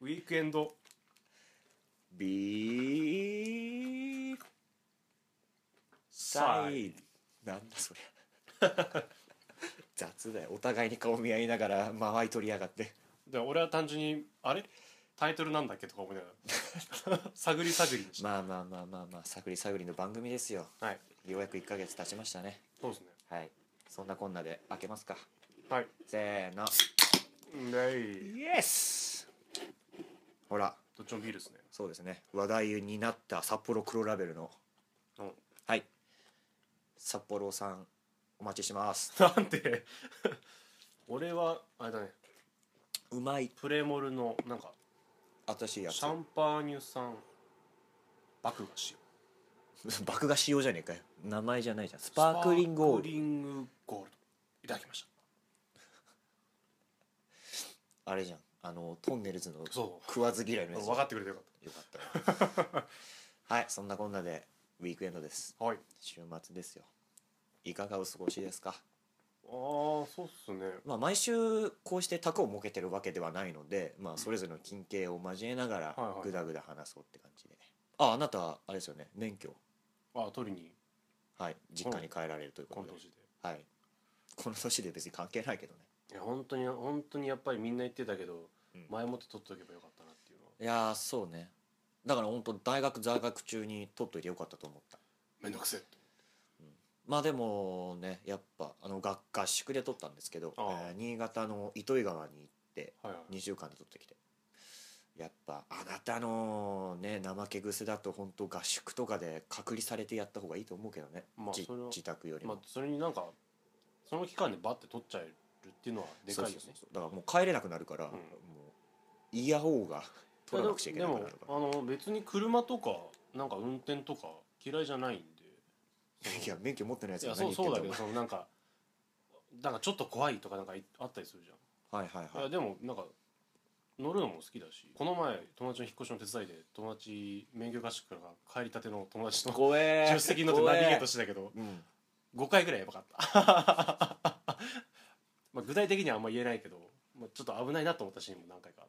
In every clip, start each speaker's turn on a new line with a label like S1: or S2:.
S1: ウィークエンド
S2: ビー
S1: サ
S2: サ
S1: イ
S2: イなんだそりゃ 雑だよお互いに顔見合いながら間合い取りやがって
S1: で俺は単純にあれタイトルなんだっけとか思いながら探り探りにして、
S2: まあまあまあまあまあ探り探りの番組ですよ
S1: はい
S2: ようやく1ヶ月経ちましたね
S1: そうですね
S2: はいそんなこんなで開けますか
S1: はい
S2: せーの
S1: ね
S2: イエスほら
S1: どっちもビールですね
S2: そうですね話題になった札幌黒ラベルの
S1: うん
S2: はい札幌さんお待ちしてます
S1: なんで俺はあれだね
S2: うまい
S1: プレモルのなんか
S2: 新しいやつ
S1: シャンパーニュ酸爆菓子
S2: 爆菓子用じゃねえかよ名前じゃないじゃんスパークリングオー
S1: スパー
S2: ル
S1: クリングゴールドいただきました
S2: あれじゃんあのトンネルズの
S1: そ
S2: 食わず嫌いの
S1: う
S2: やつ
S1: 分かってくれてよかっ
S2: よかったわ はいそんなこんなでウィークエンドです
S1: たはい
S2: 週末ですよいかがお過ごしですか
S1: ああそうっすね
S2: まあ毎週こうして卓を設けてるわけではないのでまあそれぞれの近景を交えながら
S1: はいはい
S2: ぐだぐだ話そうって感じでああなたあれですよね免許
S1: あ取りに
S2: はい実家に帰られるというこ
S1: 今
S2: とで
S1: 年で
S2: はいこの年で別に関係ないけどね
S1: いや本当に本当にやっぱりみんな言ってたけど、
S2: うん
S1: 前もって取っとけばよかったなっていうのはい
S2: やーそうねだから本当大学在学中に取っといてよかったと思った
S1: めんどくせえ
S2: まあでもねやっぱあの学合宿で取ったんですけど、え
S1: ああ
S2: ー新潟の糸魚川に行って
S1: はいはい
S2: 2週間で取ってきてやっぱあなたのね怠け癖だと本当合宿とかで隔離されてやった方がいいと思うけどね、
S1: まあ
S2: じ
S1: それは
S2: 自宅より
S1: ま
S2: も、
S1: あそれになんかその期間でバッて取っちゃえるっていうのはでかいよね
S2: そうそうそうだからもう帰れなくなるから、
S1: ん
S2: もういやおうが取らなくちゃいけ
S1: で
S2: なくな
S1: も
S2: るから
S1: あの別に車とかなんか運転とか嫌いじゃないんでその
S2: いや免許持ってないやつ
S1: いや
S2: が
S1: そ
S2: 何言
S1: う
S2: って
S1: そうだ
S2: んだ
S1: けど
S2: お
S1: そ
S2: 前
S1: のなんかなんかちょっと怖いとかなんかいあったりするじゃ
S2: はいはい
S1: ん、
S2: はい
S1: い、やでもなんか乗るのも好きだしこの前友達の引っ越しの手伝いで友達免許合宿から帰りたての友達と
S2: 怖え
S1: 助手席に乗ってナビゲートしてたけど
S2: うん
S1: 5回ぐらいやばかった まあ具体的にはあんま言えないけど、まあ、ちょっと危ないなと思ったシーンも何回かあっ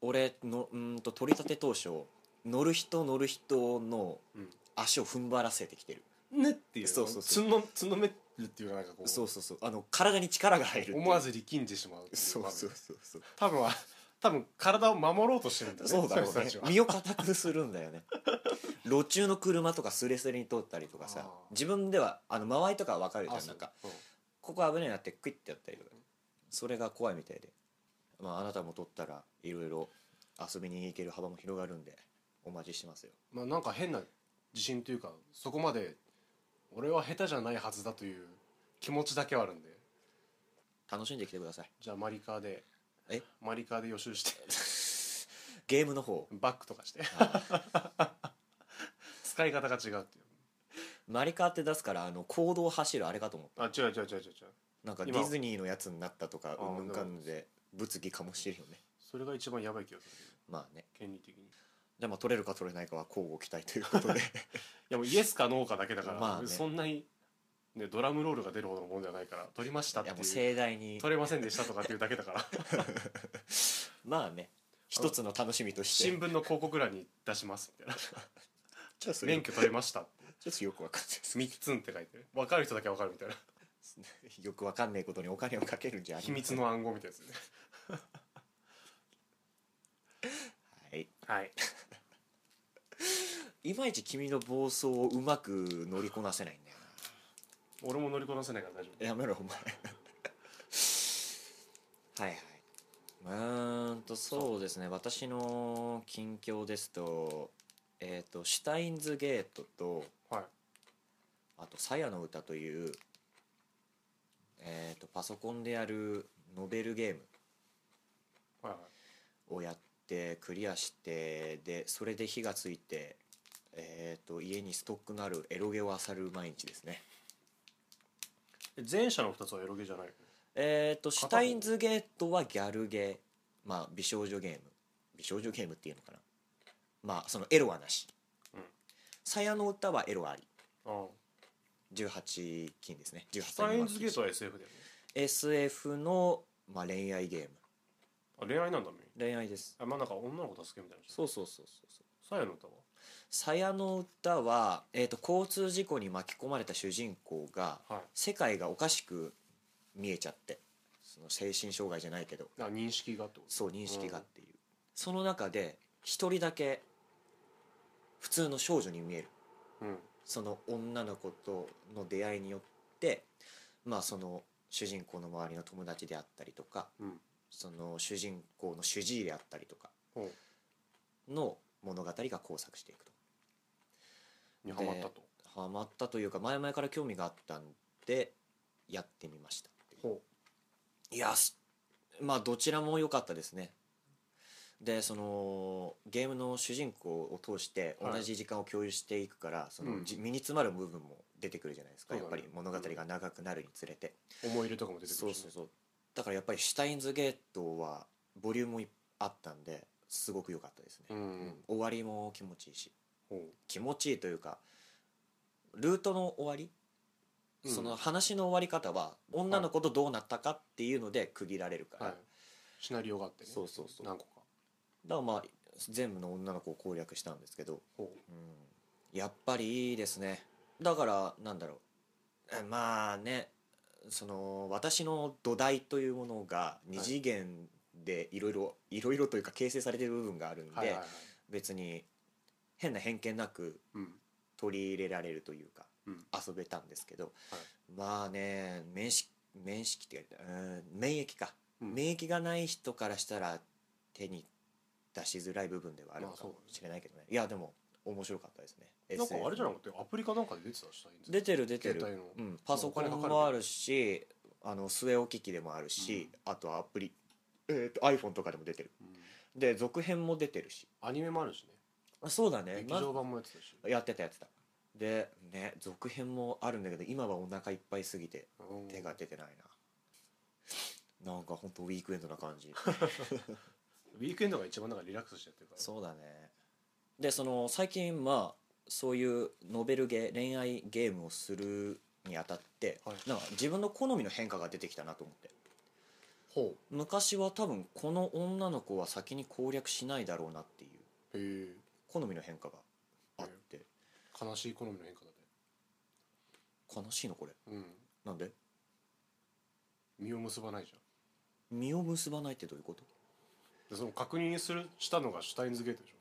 S2: 俺のうーんと取り立て当初乗る人乗る人の
S1: うん
S2: 足を踏ん張らせてきてる、
S1: たねっていう
S2: そうそうそう
S1: つんのつんのめるっていうかなんかこう
S2: そうそうそうあの体に力が入るっていう
S1: 思わず力んでしまうってい
S2: そう
S1: 場面
S2: そうそうそう
S1: 多分は多分体を守ろうとしてるんだね
S2: そうだろう
S1: その
S2: ね
S1: 人たちは
S2: 身を固くするんだよね路中の車とかスレスレに通ったりとか
S1: あ
S2: さ
S1: ー
S2: 自分ではあの間合いとかは分かるじゃ
S1: あ
S2: ん
S1: そ
S2: な
S1: うん
S2: か
S1: うん
S2: ここ危ないなってクイッてやったりとかそれが怖いみたいで、まあ、あなたも取ったらいろいろ遊びに行ける幅も広がるんでお待ちしてますよ
S1: まあなんか変な自信というかそこまで俺は下手じゃないはずだという気持ちだけはあるんで
S2: 楽しんできてください
S1: じゃあマリカーで
S2: え
S1: マリカーで予習して
S2: ゲームの方
S1: バックとかして
S2: あ
S1: 使い方が違うっていう
S2: マリカーって出すからあの行動を走るあれかと思っ
S1: あ違う違う違う違う違う
S2: たなんかデ
S1: 今
S2: ィズニーのやつになったとか
S1: あー
S2: うんぬんかんぬんで物議かもしれんよね
S1: それが一番やばい気がする
S2: まあね
S1: 権利的にい
S2: じゃあまあ取れるか取れないかは交互期待という ことで
S1: やもうイエスかノーかだけだから、
S2: まあね
S1: そんなに、ね、ドラムロールが出るほどのもんじゃないから取りましたっ
S2: い
S1: てい
S2: やもう
S1: う
S2: 盛大に
S1: 取れませんでしたとかっていうだけだ から
S2: まあね一つの楽しみとして
S1: 新聞の広告欄に出しますみたいな
S2: ちょっとそれ
S1: 免許取れました
S2: ちょっとよくわかんない
S1: 三つんって書いてる分かる人だけ分かるみ たいな
S2: ですよくわかんないことにお金をかけるんじゃあり
S1: 秘
S2: ませ
S1: 密
S2: ん
S1: の暗号みたいなやつね
S2: はい
S1: はい
S2: いまいち君の暴走をうまく乗りこなせないんだよ
S1: 俺も乗りこなせないから大丈夫
S2: なやめろお前はいはいうーんとそうですね私の近況ですとえっ、とシュタインズゲートと
S1: はい
S2: あと「さやの歌」というえっ、とパソコンでやるノベルゲーム
S1: はいはい
S2: をやってクリアしてでそれで火がついて、えー、と家にストックのあるエロゲを漁る毎日ですね
S1: え前者の二つはエロゲじゃない
S2: えっ、とシュ
S1: 片方
S2: タインズゲートはギャルゲーまあ美少女ゲーム美少女ゲームっていうのかなまあそのエロはなし、
S1: うん
S2: さやの歌はエロあり
S1: あ
S2: 18禁ですね18
S1: あスタインズゲート
S2: は
S1: は SF だよね
S2: SF の、まあ、恋愛ゲーム
S1: あ恋愛なんだメイン
S2: 恋愛です
S1: あまあなんか女の子助けみたいな
S2: そうそうそうそうそう
S1: サヤの歌は
S2: さやの歌は、えー、と交通事故に巻き込まれた主人公が
S1: はい
S2: 世界がおかしく見えちゃってその精神障害じゃないけど
S1: あ認識がってこと
S2: そう認識がっていう、その中で一人だけ普通の少女に見える
S1: うん
S2: その女の子との出会いによってまあその主人公の周りの友達であったりとか
S1: うん
S2: その主人公の主治医であったりとか
S1: ほう
S2: の物語が交錯していくと。
S1: にハマったと
S2: ハマったというか前々から興味があったんでやってみましたっていう
S1: ほ
S2: いやしまあどちらも良かったですねでそのゲームの主人公を通して
S1: は
S2: 同
S1: い
S2: じ時間を共有していくから、その
S1: うん
S2: じ身に詰まる部分も出てくるじゃないですか、
S1: そう
S2: やっ
S1: だ
S2: ぱ
S1: ね
S2: り物語が長くなるにつれて、
S1: う思い入れとかも出てく
S2: そ
S1: る
S2: う
S1: し
S2: そう
S1: ね
S2: そうだからやっぱり「シュタインズゲート」はボリュームもいあったんですごく良かったですね、
S1: うん
S2: 終わりも気持ちいいし
S1: ほ
S2: 気持ちいいというかルートの終わり、
S1: うん
S2: その話の終わり方は女の子とどうなったかっていうので区切られるか
S1: う
S2: ら、
S1: はいシナリオがあってね
S2: そうそうそう
S1: 何個か
S2: だからまあ全部の女の子を攻略したんですけど、
S1: ほう
S2: うん、やっぱりいいですねだからなんだろうえまあねその私の土台というものが二次元でいろいろいろいろというか形成されてる部分があるんで、
S1: はいはいはい
S2: 別に変な偏見なく
S1: うん
S2: 取り入れられるというか
S1: うん
S2: 遊べたんですけど、まあね免疫免疫って言われたうん免疫か、
S1: うん
S2: 免疫がない人からしたら手に出しづらい部分ではあるの
S1: まあ
S2: か
S1: そう
S2: もしれないけどね、いやでも面白かったですね
S1: なんかあれじゃな
S2: SF
S1: くてアプリかなんかで出てたしたいん
S2: 出てる出てる
S1: 携帯の、
S2: うん、パソコン
S1: お金かかるけど
S2: もあるしあの据え置き機でもあるし、あとはアプリ、えー、と iPhone とかでも出てる
S1: うん
S2: で続編も出てるし
S1: アニメもあるしね
S2: あそうだね
S1: 劇
S2: ま
S1: 場版もやってたし
S2: やってたやってたでね続編もあるんだけど今はお腹いっぱいすぎて
S1: うん
S2: 手が出てないななんかほんとウィークエンドな感じ
S1: ウィークエンドが一番なんかリラックスしてやってるから
S2: そうだねでその最近まあそういうノベルゲー恋愛ゲームをするにあたって、
S1: はい
S2: なんか自分の好みの変化が出てきたなと思って
S1: ほ
S2: 昔は多分この女の子は先に攻略しないだろうなってい
S1: う
S2: う
S1: へえ
S2: 好みの変化があって
S1: 悲しい好みの変化だね
S2: 悲しいのこれ
S1: うん
S2: なんで
S1: 身を結ばないじゃん
S2: 実を結ばないってどういうこと
S1: でその確認するしたのがシュタインズゲートでし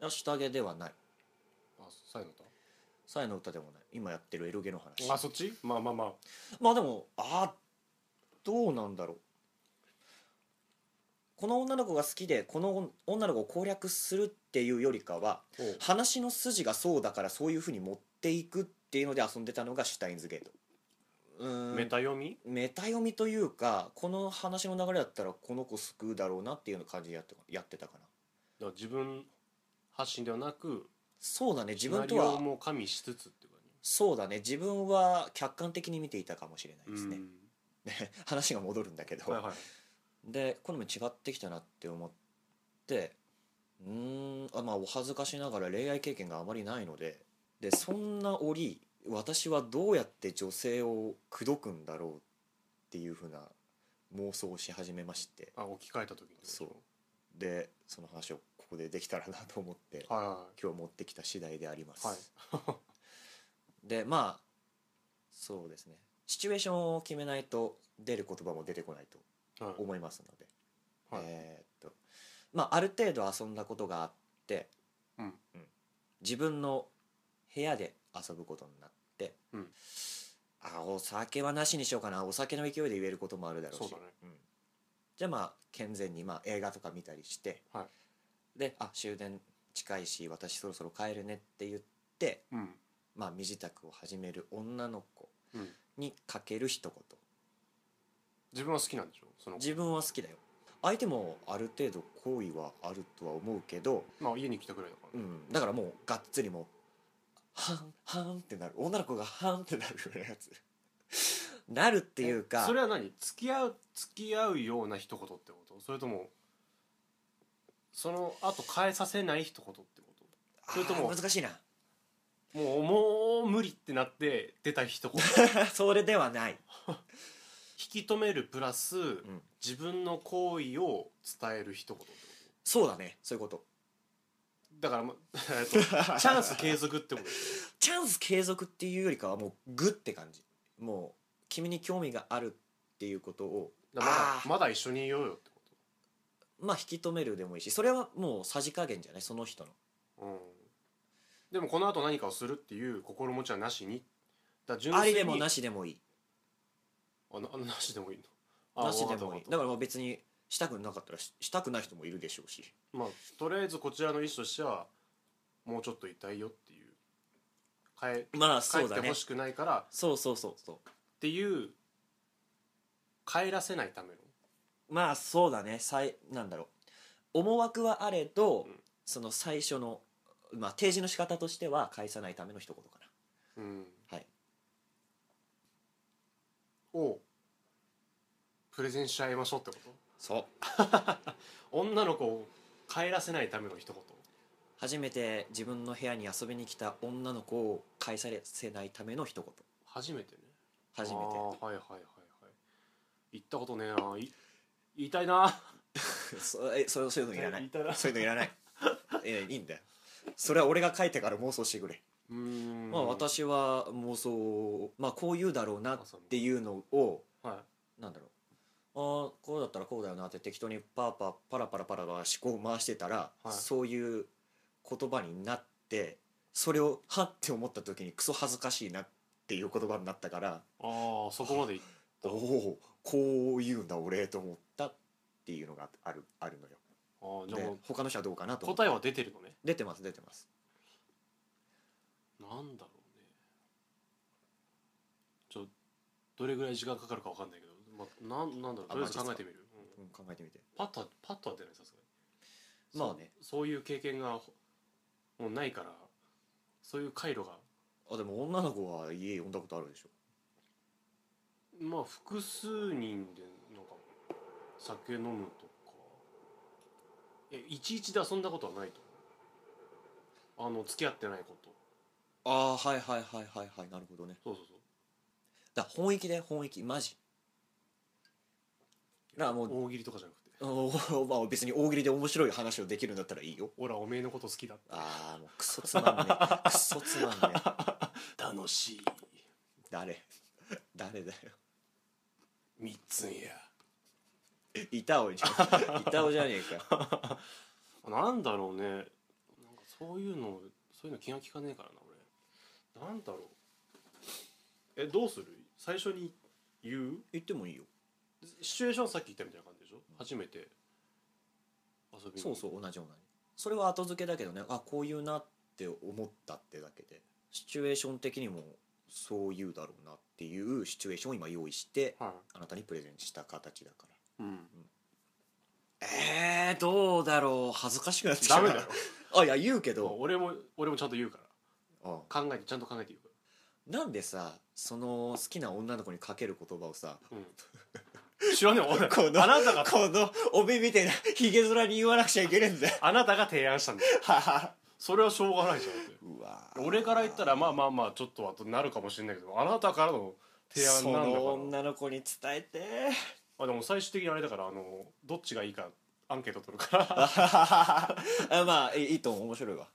S2: いや下着ではない
S1: ょあサイの
S2: サイの歌でもない今やってるエロゲの話
S1: 歌あそっちまあまあまあ
S2: まあでもあどうなんだろうこの女の子が好きでこの女の子を攻略するっていうよりかは
S1: ほう
S2: 話の筋がそうだからそういうふうに持っていくっていうので遊んでたのが「シュタインズゲート」うーん
S1: メタ読み
S2: メタ読みというかこの話の流れだったらこの子救うだろうなっていう感じでやってやってたかな
S1: だから自分発信ではなく
S2: そうだね自分と
S1: シナリオ
S2: は
S1: も加味しつつっていう感
S2: そうだね自分は客観的に見ていたかもしれない
S1: じ
S2: ですね、
S1: うん
S2: 話が戻るんだけど、
S1: はいはい
S2: で好み違ってきたなって思ってうーんあまあお恥ずかしながら恋愛経験があまりないのででそんな折私はどうやって女性を口説くんだろうっていうふうな妄想をし始めまして
S1: あ置き換えた時に
S2: そうでその話をここでできたらなと思って
S1: はいはいはい
S2: 今日持ってきた次第であります、
S1: はい
S2: でまあそうですねシチュエーションを決めないと出る言葉も出てこないと
S1: はい
S2: 思いますので
S1: はい
S2: えーっとまあある程度遊んだことがあって、
S1: うん
S2: 自分の部屋で遊ぶことになって、
S1: うん
S2: あお酒はなしにしようかなお酒の勢いで言えることもあるだろう
S1: そ
S2: し
S1: うだね
S2: んじゃあまあ健全に、まあ、映画とか見たりして、
S1: は
S2: であ終電近いし私そろそろ帰るねって言って、
S1: うん
S2: まあ、身支度を始める女の子
S1: うん
S2: にかける一言
S1: 自分は好きなんでしょその
S2: 自分は好きだよ相手もある程度好意はあるとは思うけど、
S1: まあ家に来たぐらいだから
S2: う
S1: ね
S2: ん、だからもうがっつりもうはんはんってなる女の子がはんってなるようなやつなるっていうか
S1: えそれは何付き合う付き合うような一言ってことそれともその後変えさせない一言ってこと
S2: あー
S1: それとも
S2: 難しいな
S1: もうもう無理ってなって出た一言
S2: それではない
S1: 引き止めるプラス、
S2: ん
S1: 自分の行為を伝える一言
S2: そうだねそういうこと
S1: だからま えっ とチャンス継続ってことです
S2: チャンス継続っていうよりかはもうグって感じもう君に興味があるっていうことを
S1: だからま
S2: あー
S1: だまだ一緒にいようよってこ
S2: まあ引き止めるでもいいしそれはもうさじ加減じゃないその人の
S1: と、うん、でもこの後何かをするっていう心持ちはなしにだから純
S2: あ
S1: 粋
S2: り
S1: に
S2: でもなしでもいい
S1: あなあなしでもいいのあ
S2: なしで
S1: わ
S2: もい
S1: かっ
S2: い
S1: たわかっ
S2: だからまあ別にしたくなかったらししたくない人もいるでしょうした
S1: まあとりあえずこちらの意思としてはもうちょっといたいよっていう変え
S2: まあ
S1: 帰
S2: そう
S1: って
S2: だね
S1: ほしくないからっ
S2: そうそうそうそ
S1: ていう帰らせないための
S2: うまあそうだね最なんだろう思惑はあれど、
S1: うん
S2: その最初の、まあ、提示の仕方としては返さないための一言かな
S1: うん
S2: はい
S1: をプレゼンし合いましょうってこと
S2: そう
S1: 女の子を帰らせないための一言
S2: 初めて自分の部屋に遊びに来た女の子を返させないための一言
S1: 初めてね
S2: 初め
S1: あー
S2: て
S1: はいはいはいはい行ったことねえない言いたいな
S2: そ えそそういうのいらな
S1: 言
S2: い
S1: たな
S2: そういうのいらないいやいいんだよそれは俺が書いてから妄想してくれ、
S1: うーん
S2: まあ私は妄想をまあこう言うだろうなっていうのを
S1: は
S2: なんだろうあーこうだったらこうだよなって適当にパーパーパラパラパラパラ思考を回してたら、
S1: はい
S2: そういう言葉になってそれをはって思った時にクソ恥ずかしいなっていう言葉になったから
S1: いああそこまでい
S2: おおこう言うんだ俺と思ったっていうのがあるあるのよ
S1: あーじゃあ
S2: で
S1: もう
S2: 他の人はどうかなと思って
S1: 答えは出てるのね
S2: 出てます出てます
S1: なんだろうねちょどれぐらい時間かかるかわかんないけど、まあ、なんなんだろう
S2: あ
S1: とりあえず
S2: まあ
S1: 考えてみる、うん
S2: うん考えてみて
S1: パッとはパッとは出ないさすがに
S2: まあね
S1: そそういう経験がほもうないからそういう回路が
S2: あでも女の子は家呼んだことあるでしょ
S1: まあ複数人でなんか酒飲むとかえいちいちで遊んだことはないと思うあの付き合ってないこと
S2: ああはいはいはいはいはいなるほどね
S1: そうそうそう
S2: だから本意で本意マジだからもう
S1: 大喜利とかじゃなくて
S2: おーまあ別に大喜利で面白い話をできるんだったらいいよ
S1: 「俺はおめえのこと好きだ」
S2: ああもうクソつまんねえクソつまんねえ
S1: 楽しい
S2: 誰誰だよ
S1: みっつんや
S2: 板尾じゃん板尾じゃねえか
S1: なんだろうねなんかそういうのそういうの気が利かねえからな俺なんだろうえどうする最初に言う
S2: 言ってもいいよ
S1: シチュエーションさっき言ったみたいな感じでしょ初めて遊びに
S2: そうそう同じ同じそれは後付けだけどねあこう言うなって思ったってだけでシチュエーション的にもそう言うだろうなっていうシチュエーションを今用意して
S1: は
S2: あなたにプレゼンした形だか
S1: い、うん、
S2: らえー、どうだろう恥ずかしくなってき
S1: ダ
S2: たな
S1: メだろ
S2: あいや言うけど
S1: 俺も俺もちゃんと言うか
S2: あ
S1: ら考えてちゃんと考えて言うか
S2: なんでさその好きな女の子にかける言葉 をさ
S1: ら、うん、 知らねえ俺
S2: この
S1: あなたが
S2: この帯みたいなひげ面に言わなくちゃいけねえんだよ
S1: あなたが提案したんだよそれはしょうがないじゃんだって
S2: うわ
S1: 俺から言ったらまあまあまあちょっとはとなるかもしれないけどあなたからの提案
S2: そ
S1: なんだか
S2: の
S1: ら
S2: 女の子に伝えて
S1: あでも最終的にあれだからあのどっちがいいかアンケート取るから
S2: あまあいいいいと思う面白いわ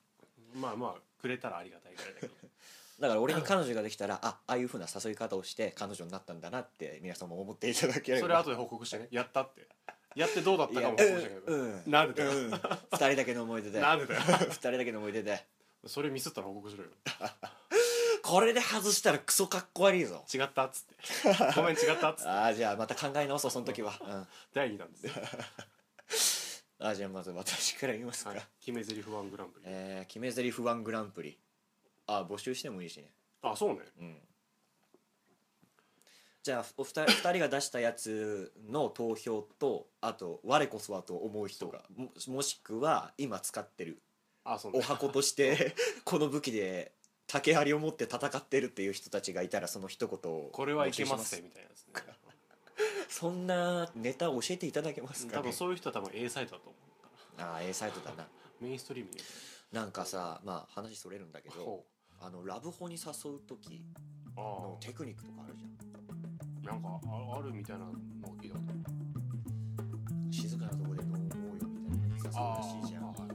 S1: まあまあくれたらありがたいぐらいだけど
S2: だか ら俺に彼女ができたらあああいうふうな誘い方をして彼女になったんだなって皆さんも思っていただければ
S1: それ後で報告してねやったってやってどうだった
S2: い
S1: か
S2: や
S1: も報告してね
S2: うん、うん、
S1: なんでだよ
S2: うん、2人だけの思い出で
S1: なんでだよ
S2: 2人だけの思い出で
S1: それミスったら報告しろよ
S2: これで外したらクソかっこ悪いぞ
S1: 違ったっつって ごめん違ったっつって
S2: ああじゃあまた考え直そうその時は、うん
S1: 第2弾です
S2: あじゃあまず私から言いますか、
S1: はい決め台詞ワングランプリ
S2: えー決め台詞ワングランプリあ募集してもいいしね
S1: あそうね
S2: うんじゃあお 二人二人が出したやつの投票とあと我こそはと思う人がももしくは今使ってる
S1: あそう
S2: お
S1: ね
S2: 箱として この武器で竹槍を持って戦ってるっていう人たちがいたらその一言を
S1: これはいけま
S2: 募集
S1: す
S2: し
S1: ぜみたいなや つね
S2: そんなネタを教えていただけますか
S1: 多
S2: ね
S1: 分そういう人は多分 A サイトだと思
S2: ああ A サイトだな
S1: うメインストリームに
S2: なんかさまあ話それるんだけど
S1: ほう
S2: あのラブホに誘う時
S1: あ
S2: のテクニックとかあるじゃ
S1: あなんかああるみたいなのを聞いたこと
S2: ん静かなとこで飲もうよみたいな誘うらしいじゃん
S1: あーはい